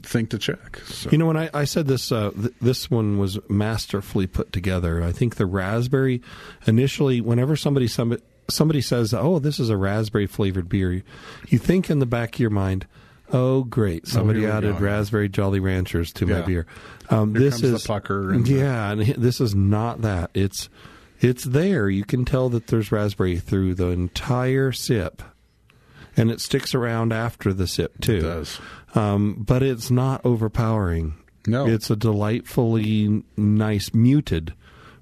S4: think to check. So.
S3: You know, when I, I said this, uh, th- this one was masterfully put together. I think the raspberry initially, whenever somebody somebody, somebody says, "Oh, this is a raspberry flavored beer," you think in the back of your mind, "Oh, great, somebody
S4: we
S3: added
S4: go.
S3: raspberry Jolly Ranchers to my
S4: Yeah.
S3: beer." Um,
S4: Here
S3: this
S4: comes the
S3: is
S4: pucker and the-
S3: yeah, and hi- this is not that. It's it's there. You can tell that there's raspberry through the entire sip. And it sticks around after the sip too
S4: does.
S3: um, but it's not overpowering.
S4: No.
S3: it's a delightfully nice muted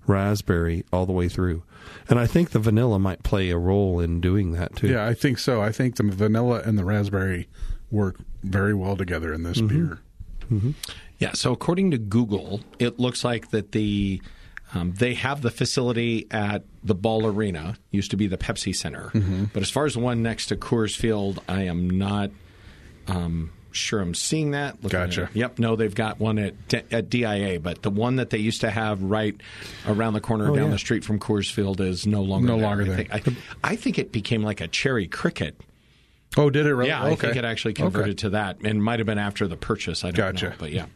S3: raspberry all the way through, and I think the vanilla might play a role in doing that too.
S4: Yeah, I think so. I think the vanilla and the raspberry work very well together in this
S3: Mm-hmm.
S4: beer.
S2: Yeah. So according to Google, it looks like that the um, they have the facility at the Ball Arena, used to be the Pepsi Center,
S4: Mm-hmm.
S2: but as far as the one next to Coors Field, I am not um, sure I'm seeing that. Looking at
S4: Gotcha.
S2: it. Yep. No, they've got one at at DIA, but the one that they used to have right around the corner down
S3: yeah.
S2: the street from Coors Field is no longer
S4: Oh, No
S2: there.
S4: longer there.
S2: I think, I, I think it became like a cherry cricket.
S4: Oh, did it really?
S2: Yeah, I
S4: okay.
S2: think it actually converted
S4: Okay.
S2: to that, and might have been after the purchase. I don't know,
S4: Gotcha.
S2: but yeah.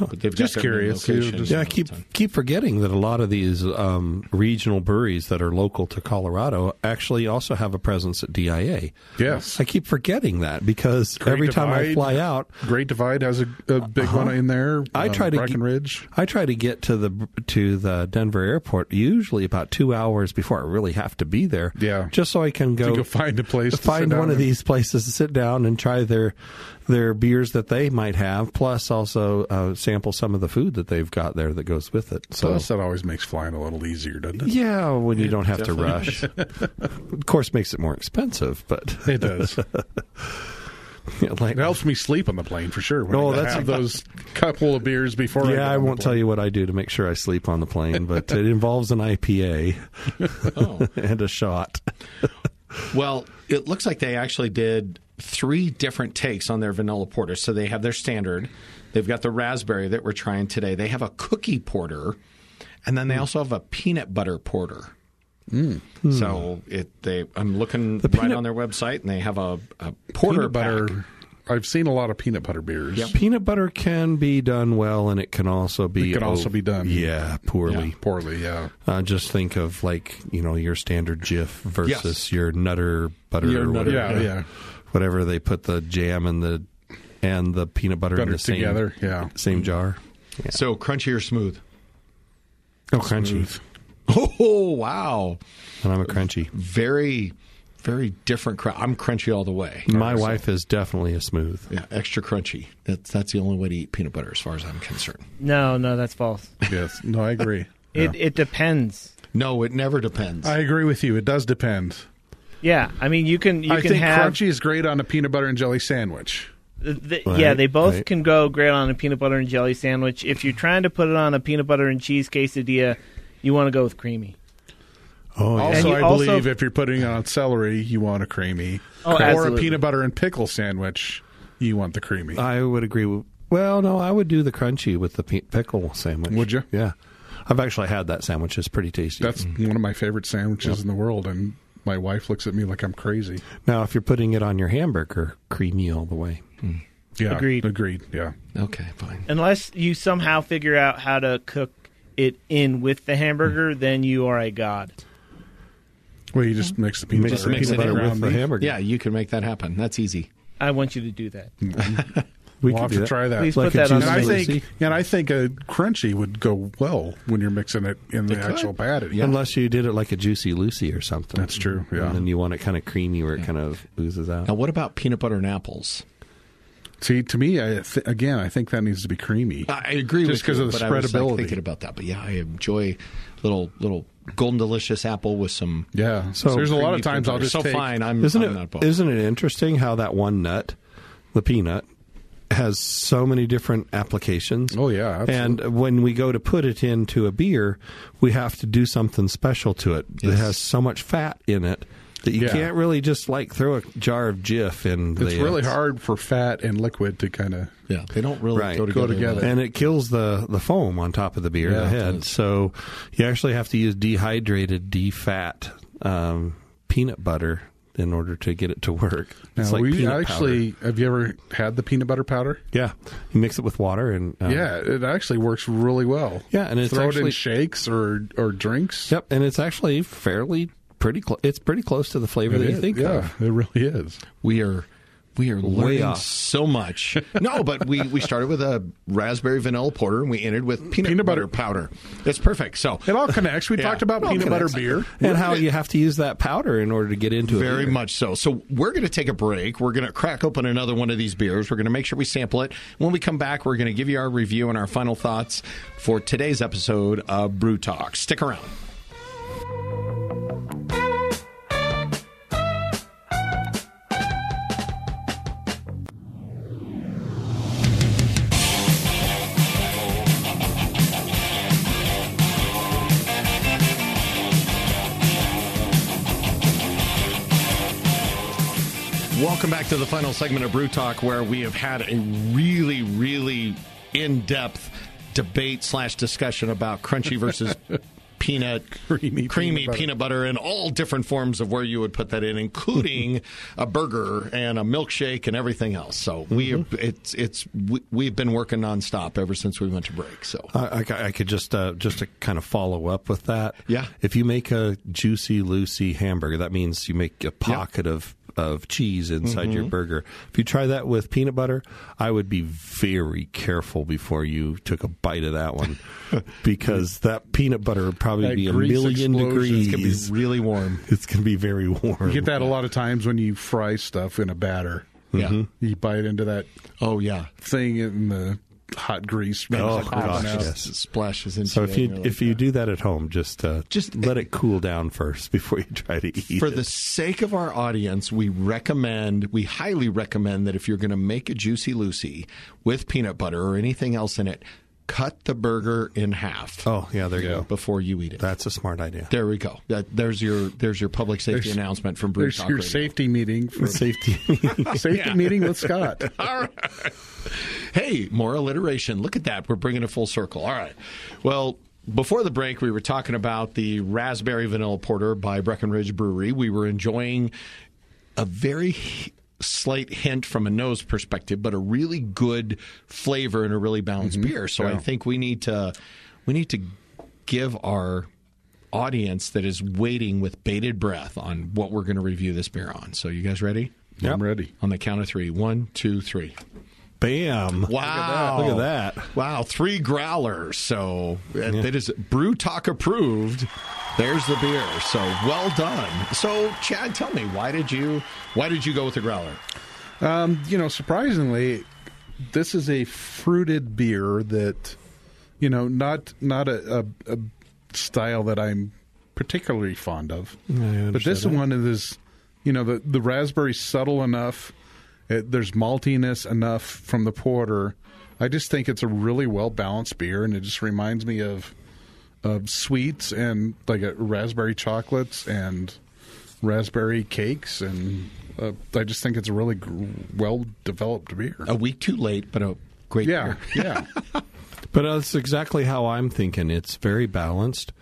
S2: But they've
S4: Just
S2: got their main
S4: curious, you know,
S2: location.
S4: just-
S3: Yeah, I keep keep forgetting that a lot of these um, regional breweries that are local to Colorado actually also have a presence at DIA.
S4: Yes.
S3: I keep forgetting that because every time I
S4: Divide.
S3: fly out,
S4: Great Divide has a, a big one in there.
S3: Uh-huh. I
S4: Um,
S3: try to
S4: Breckenridge.
S3: I try to get to the to the Denver airport usually about two hours before I really have to be there.
S4: Yeah.
S3: just so I can go,
S4: To go find a place to sit
S3: find
S4: down
S3: one of
S4: and-
S3: these places to sit down and try their their beers that they might have, plus also uh, sample some of the food that they've got there that goes with it. So.
S4: Plus, that always makes flying a little easier, doesn't it?
S3: yeah, when you don't have to
S4: <laughs>
S3: rush. of course, makes it more expensive, but <laughs>
S4: It does. it
S3: you know, like,
S4: helps me sleep on the plane for sure. when I
S3: Oh,
S4: go
S3: that's-
S4: have those couple of beers before.
S3: yeah, I won't tell you what I do to make sure I sleep on the plane, but <laughs> it involves an IPA
S2: Oh.
S3: <laughs> and a shot.
S2: Well, it looks like they actually did three different takes on their vanilla porter. So they have their standard, they've got the raspberry that we're trying today, they have a cookie porter, and then they
S4: Hmm.
S2: also have a peanut butter porter. So it, they, I'm looking right
S3: peanut-
S2: on their website, and they have a, a porter
S4: peanut butter.
S2: pack.
S4: I've seen a lot of peanut butter beers.
S3: peanut butter can be done well, and it can also be
S4: It can also be done-
S3: yeah poorly.
S4: Poorly, yeah.
S3: Uh, just think of like you know your standard GIF versus
S2: Yes.
S3: your Nutter butter,
S2: Your
S3: or
S2: Nutter,
S3: whatever,
S4: yeah, yeah.
S3: whatever they put the jam and the and the peanut butter, in
S4: Butter
S3: the same
S4: together, yeah.
S3: same jar.
S2: So crunchy or
S4: <laughs>
S2: smooth?
S3: Oh, crunchy,
S2: Oh, wow.
S3: and I'm a crunchy.
S2: Very, very different. Cr- I'm crunchy all the way.
S3: My wife is definitely a smooth.
S2: Yeah, extra crunchy. That's that's the only way to eat peanut butter, as far as I'm concerned.
S5: No, no, that's false.
S4: Yes. No,
S3: <laughs>
S4: I agree.
S5: It it depends.
S2: No, it never depends.
S4: I agree with you. It does depend.
S5: Yeah, I mean you can you
S4: I
S5: can
S4: think
S5: have
S4: crunchy is great on a peanut butter and jelly sandwich.
S5: th-
S3: Right,
S5: yeah they both
S3: right.
S5: can go great on a peanut butter and jelly sandwich. If you're trying to put it on a peanut butter and cheese quesadilla, you want to go with creamy.
S3: Oh, yeah.
S5: And
S4: Also,
S5: you
S4: I
S5: also-
S4: believe if you're putting it on celery, you want a creamy,
S5: Oh,
S4: or
S5: absolutely.
S4: a peanut butter and pickle sandwich, you want the creamy.
S2: Uh,
S3: I would agree. With, well, no, I would do the crunchy with the pe- pickle sandwich.
S4: Would you?
S3: Yeah, I've actually had that sandwich. It's pretty tasty.
S4: That's
S2: mm-hmm.
S4: one of my favorite sandwiches in the world, and my wife looks at me like I'm crazy.
S3: Now, if you're putting it on your hamburger, creamy all the way.
S4: Yeah,
S5: Agreed.
S4: Agreed. Yeah,
S2: okay, fine.
S5: Unless you somehow figure out how to cook it in with the hamburger, then you are a god.
S4: well, you just mix the peanut
S3: Just
S4: butter,
S2: mix
S4: peanut
S2: it in
S4: butter
S2: with
S4: around
S3: the
S4: meat.
S3: hamburger.
S2: Yeah, you can make that happen. That's easy.
S5: I want you to do that.
S3: we
S4: We'll
S3: could
S4: have
S3: do
S4: to
S3: that.
S4: try that.
S5: Please
S3: Like
S5: put
S3: a
S5: that
S4: and
S5: on the
S3: cheese
S4: I
S5: menu.
S3: Absolutely.
S4: think, and I think a crunchy would go well when you're mixing it in the actual patty. Yeah.
S3: Unless you did it like a Juicy Lucy or something.
S4: That's true, yeah.
S3: And then you want it kind of creamy where it kind of oozes out.
S2: Now, what about peanut butter and apples?
S4: See, to me, I th- again, I think that needs to be creamy.
S2: I I agree
S4: Just
S2: with you,
S4: 'cause of the
S2: but I was, like,
S4: spreadability.
S2: thinking about that, but yeah, I enjoy little little golden delicious apple with some.
S4: Yeah.
S3: So
S4: So there's a lot
S2: creamy
S4: of times
S2: peanut
S4: I'll
S2: butter.
S4: just
S2: so
S4: take,
S2: fine. I'm
S3: Isn't
S2: I'm not
S3: it,
S2: both.
S3: isn't it interesting how that one nut, the peanut, has so many different applications?
S4: Oh, yeah, absolutely.
S3: And when we go to put it into a beer, we have to do something special to it. It
S2: Yes.
S3: has so much fat in it that you
S4: Yeah.
S3: can't really just like throw a jar of Jif in.
S4: It's
S3: the-
S4: really hard for fat and liquid to kind of.
S2: Yeah, they don't really
S3: Right,
S2: go
S3: go
S2: together.
S4: together.
S2: well.
S3: and it kills the the foam on top of the beer
S4: Yeah,
S3: the
S4: it
S3: head.
S2: does.
S3: So you actually have to use dehydrated, defat um, peanut butter in order to get it to work.
S4: Now,
S3: It's like
S4: we
S3: peanut powder.
S4: actually have you ever had the peanut butter powder?
S3: yeah, you mix it with water and uh,
S4: yeah, it actually works really well.
S3: yeah, and it's
S4: Throw it in
S3: actually
S4: shakes or or drinks.
S3: yep, and it's actually fairly pretty. Cl- it's pretty close to the flavor
S4: It
S3: that you
S4: is,
S3: think
S4: yeah,
S3: of.
S4: it really is.
S2: we are we are learning
S3: off.
S2: so much. <laughs> No, but we we started with a raspberry vanilla porter and we ended with peanut,
S4: Peanut butter.
S2: powder. It's perfect. So
S4: It all connects.
S3: <laughs>
S4: We
S2: Yeah.
S4: talked about
S2: It all
S4: peanut
S2: connects.
S4: butter beer.
S3: And how you have to use that powder in order to get into it.
S2: Very much so. So we're going to take a break. We're going to crack open another one of these beers. We're going to make sure we sample it. When we come back, we're going to give you our review and our final thoughts for today's episode of Brew Talk. Stick around. Welcome back to the final segment of Brew Talk, where we have had a really, really in-depth debate slash discussion about crunchy
S3: <laughs>
S2: versus peanut,
S4: Creamy peanut butter.
S2: peanut butter, and all different forms of where you would put that in,
S3: <laughs>
S2: including a burger and a milkshake and everything else. So we
S3: Mm-hmm.
S2: have, it's it's we, we've been working nonstop ever since we went to break. So
S3: I, I c- I could just uh, just to kind of follow up with that.
S2: Yeah.
S3: If you make a juicy Lucy hamburger, that means you make a pocket of of cheese inside your burger. If you try that with peanut butter, I would be very careful before you took a bite of that one because that peanut butter would probably
S4: That
S3: be a
S4: grease
S3: million
S4: explosion.
S3: degrees.
S4: It's gonna
S2: it's really warm.
S3: It's gonna be very warm.
S4: You get that a lot of times when you fry stuff in a batter.
S3: Mm-hmm.
S2: Yeah.
S4: You bite into that
S2: Oh yeah.
S4: thing in the hot grease.
S3: Oh,
S4: It's like
S3: gosh,
S4: popping out.
S3: yes.
S2: Splashes into.
S3: So
S2: it
S3: if
S2: and you're
S3: you
S2: like,
S3: if you do that at home, just uh,
S2: Just-
S3: just let it cool down first <laughs> before you try to eat.
S2: For
S3: it.
S2: the sake of our audience, we recommend, we highly recommend that if you're going to make a Juicy Lucy with peanut butter or anything else in it, cut the burger in half
S3: oh yeah, there you go.
S2: before you eat it.
S3: That's a smart idea.
S2: there we go. That, there's your there's your public safety
S4: There's-
S2: announcement from Brew
S4: There's
S2: Talk
S4: your
S2: Radio.
S4: safety meeting.
S3: <laughs>
S4: For
S3: Safety.
S4: safety meeting
S3: <laughs>
S4: with Scott.
S2: All right. Hey, more alliteration. Look at that. We're bringing it full circle. All right. Well, before the break, we were talking about the Raspberry Vanilla Porter by Breckenridge Brewery. We were enjoying a very h- slight hint from a nose perspective, but a really good flavor and a really balanced
S4: Mm-hmm.
S2: beer. So I think we need to we need to give our audience that is waiting with bated breath on what we're going to review this beer on. So you guys ready?
S3: Yep.
S4: I'm ready.
S2: On the count of three. One, two, three.
S3: Bam.
S2: Wow.
S3: Look at that. Look at
S2: Wow, three growlers. So uh, that is Brew Talk approved. There's the beer. So well done. So Chad, tell me why did you why did you go with the growler?
S4: you know, surprisingly, this is a fruited beer that, you know, not not a, a, a style that I'm particularly fond of. but this one is, you know, the the raspberry subtle enough. It, there's maltiness enough from the porter. I just think it's a really well balanced beer, and it just reminds me of of sweets and like a raspberry chocolates and raspberry cakes and uh, I just think it's a really gr- well developed beer.
S2: A week too late, but a great
S4: yeah,
S2: beer.
S3: <laughs>
S4: yeah.
S3: that. But that's exactly how I'm thinking. It's very balanced.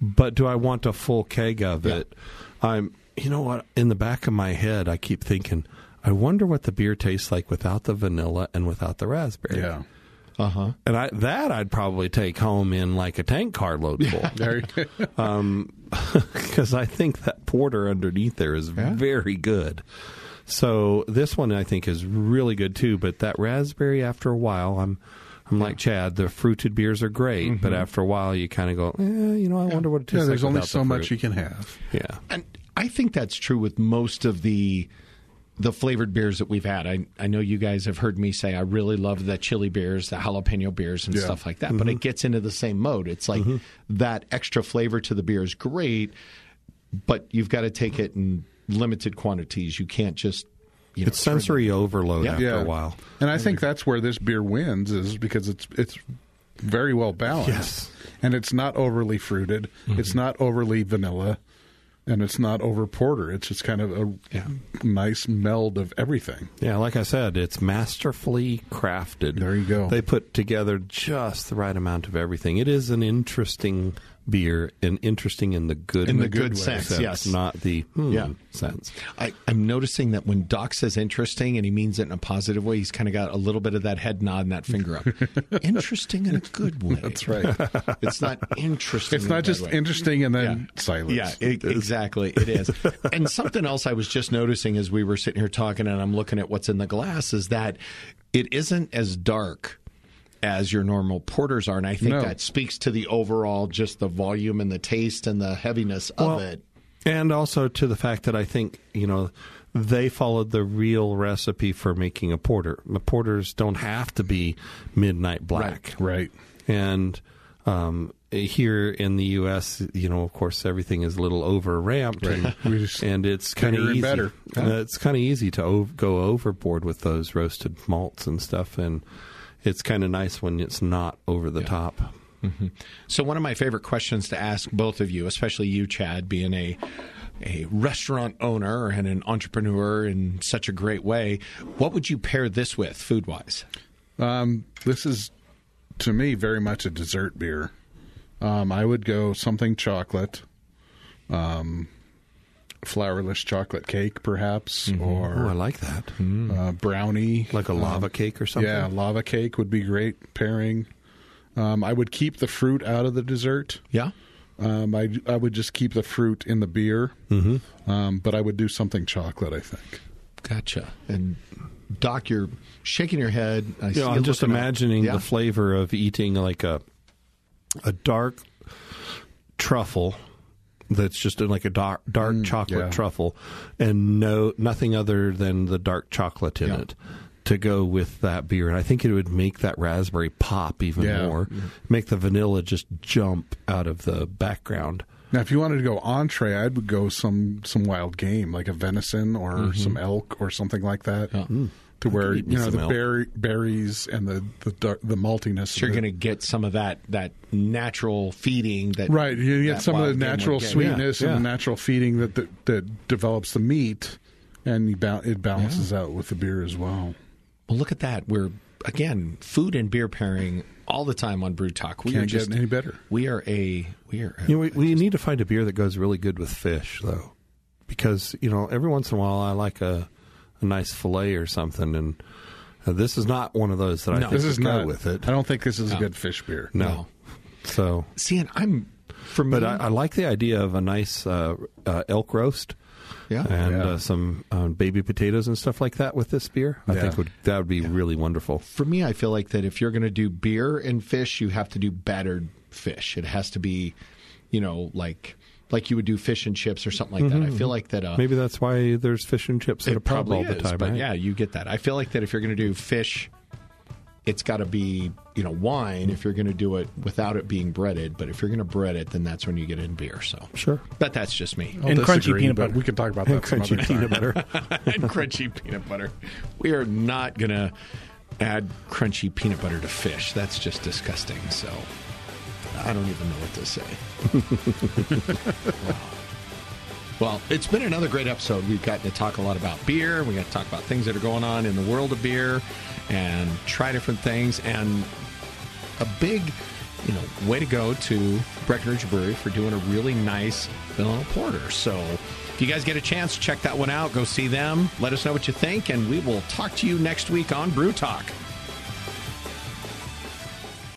S3: But do I want a full keg of it? I'm you know what, in the back of my head I keep thinking, I wonder what the beer tastes like without the vanilla and without the raspberry.
S4: yeah.
S3: And I that I'd probably take home in like a tank car load <laughs> full.
S4: There-
S3: <laughs> because Um, I think that porter underneath there is very good. So this one I think is really good too. But that raspberry, after a while, I'm I'm like Chad. The fruited beers are great, but after a while, you kind of go, eh, you know, I wonder what it
S4: Mm-hmm. yeah,
S3: tastes
S4: <laughs> there's
S3: like.
S4: only
S3: without
S4: so
S3: the
S4: much you
S3: fruit.
S4: can have.
S3: Yeah,
S2: And I think that's true with most of the the flavored beers that we've had. I I know you guys have heard me say I really love the chili beers, the jalapeno beers, and
S4: Yeah.
S2: stuff like that. But it gets into the same mode. It's like that extra flavor to the beer is great, but you've got to take it in limited quantities. You can't just you know,
S3: it's sensory overload after
S4: yeah.
S3: a while.
S4: And I think that's where this beer wins is because it's it's very well balanced.
S3: Yes. Mm-hmm.
S4: And it's not overly fruited. It's not overly vanilla. and it's not over porter. It's just kind of a
S3: Yeah.
S4: nice meld of everything.
S3: Yeah, like I said, it's masterfully crafted.
S4: There you go.
S3: They put together just the right amount of everything. It is an interesting beer, and interesting in the good
S2: In the good sense, yes.
S3: not the hmm
S2: Yeah.
S3: sense.
S2: I, I'm noticing that when Doc says interesting and he means it in a positive way, he's kind of got a little bit of that head nod and that finger
S4: <laughs>
S2: up. interesting in a good way. That's
S4: right.
S2: It's not interesting.
S4: It's
S2: in a
S4: not
S2: bad
S4: just
S2: way.
S4: interesting and then
S2: Yeah.
S4: silence.
S2: Yeah, it, exactly. It is. and something else I was just noticing as we were sitting here talking and I'm looking at what's in the glass is that it isn't as dark as your normal porters are. And I think
S4: No.
S2: that speaks to the overall, just the volume and the taste and the heaviness
S3: Well,
S2: of it.
S3: And also to the fact that I think, you know, they followed the real recipe for making a porter. The porters don't have to be midnight black.
S4: Right.
S3: And um, here in the U.S., you know, of course, everything is a little over ramped,
S4: <laughs> We
S3: and,
S4: just
S3: and it's kind of
S4: bigger and
S3: easy.
S4: better.
S3: Uh, it's kind of easy to ov- go overboard with those roasted malts and stuff, and it's kind of nice when it's not over the top.
S2: So one of my favorite questions to ask both of you, especially you, Chad, being a a restaurant owner and an entrepreneur in such a great way, what would you pair this with food wise?
S4: Um, this is, to me, very much a dessert beer. Um, I would go something chocolate, um, flourless chocolate cake, perhaps,
S2: Mm-hmm.
S3: Oh, I
S4: or
S3: like that,
S4: uh, brownie.
S3: like a lava cake or something.
S4: Uh-huh. Yeah, lava cake would be great pairing. Um, I would keep the fruit out of the dessert.
S2: Yeah.
S4: Um, I I would just keep the fruit in the beer, mm-hmm. um, but I would do something chocolate. I think.
S2: Gotcha. And Doc, you're shaking your head. I see
S3: you know,
S2: you
S3: I'm just
S2: looking up.
S3: imagining
S2: Yeah.
S3: the flavor of eating like a a dark truffle that's just like a dark dark
S2: Mm,
S3: chocolate
S4: yeah.
S3: truffle and no nothing other than the dark chocolate in
S2: Yeah.
S3: it to go with that beer and I think it would make that raspberry pop even
S4: Yeah.
S3: more
S2: Mm.
S3: make the vanilla just jump out of the background
S4: Now, if you wanted to go entree, I'd go some some wild game like a venison or some elk or something like that, to where
S3: Hmm. eat me
S4: you know
S3: some
S4: the
S3: elk.
S4: berry, berries and the the, dar- the maltiness. of
S2: You're
S4: the-
S2: going to get some of that that natural feeding that
S4: right. You get
S2: that
S4: some of the
S2: wild game
S4: natural
S2: would get.
S4: sweetness
S3: Yeah,
S4: and the
S3: yeah.
S4: natural feeding that that, that develops the meat, and you ba- it balances out with the beer as well.
S2: Well, look at that. We're again food and beer pairing all the time on Brew Talk. We
S4: Can't
S2: are
S4: get
S2: just
S4: any better.
S2: We are a we are. a-
S3: You know, we, we need to find a beer that goes really good with fish, though, because you know every once in a while I like a, a nice fillet or something, and uh, this is not one of those that I
S2: No.
S3: think
S4: This is
S3: would go
S4: not
S3: with it.
S4: I don't think this is a good fish beer.
S3: No.
S2: No.
S3: so
S2: See, and I'm for me.
S3: but I, I like the idea of a nice uh, uh, elk roast.
S2: Yeah.
S3: and
S4: Yeah.
S3: Uh, some um, baby potatoes and stuff like that with this beer. I
S4: Yeah.
S3: think would that would be really wonderful.
S2: for me, I feel like that if you're going to do beer and fish, you have to do battered fish. It has to be, you know, like like you would do fish and chips or something like that. I feel like that. Uh,
S3: Mm-hmm. Maybe that's why there's fish and chips at a
S2: it
S3: pub
S2: probably
S3: all
S2: is,
S3: the time.
S2: but
S3: right?
S2: yeah, you get that. I feel like that if you're going to do fish, it's got to be you know wine. If you're going to do it without it being breaded, but if you're going to bread it, then that's when you get in beer. So
S3: Sure.
S2: but that's just me.
S4: I'll
S5: And crunchy
S4: disagree,
S5: peanut
S4: but
S5: butter.
S4: We could talk about that some other time.
S3: peanut butter.
S2: <laughs> and crunchy peanut butter. We are not going to add crunchy peanut butter to fish. That's just disgusting. So I don't even know what to say. Wow. <laughs> Well, it's been another great episode. We've gotten to talk a lot about beer. We got to talk about things that are going on in the world of beer and try different things. And a big, you know, way to go to Breckenridge Brewery for doing a really nice vanilla porter. So if you guys get a chance, check that one out. Go see them. Let us know what you think, and we will talk to you next week on Brew Talk.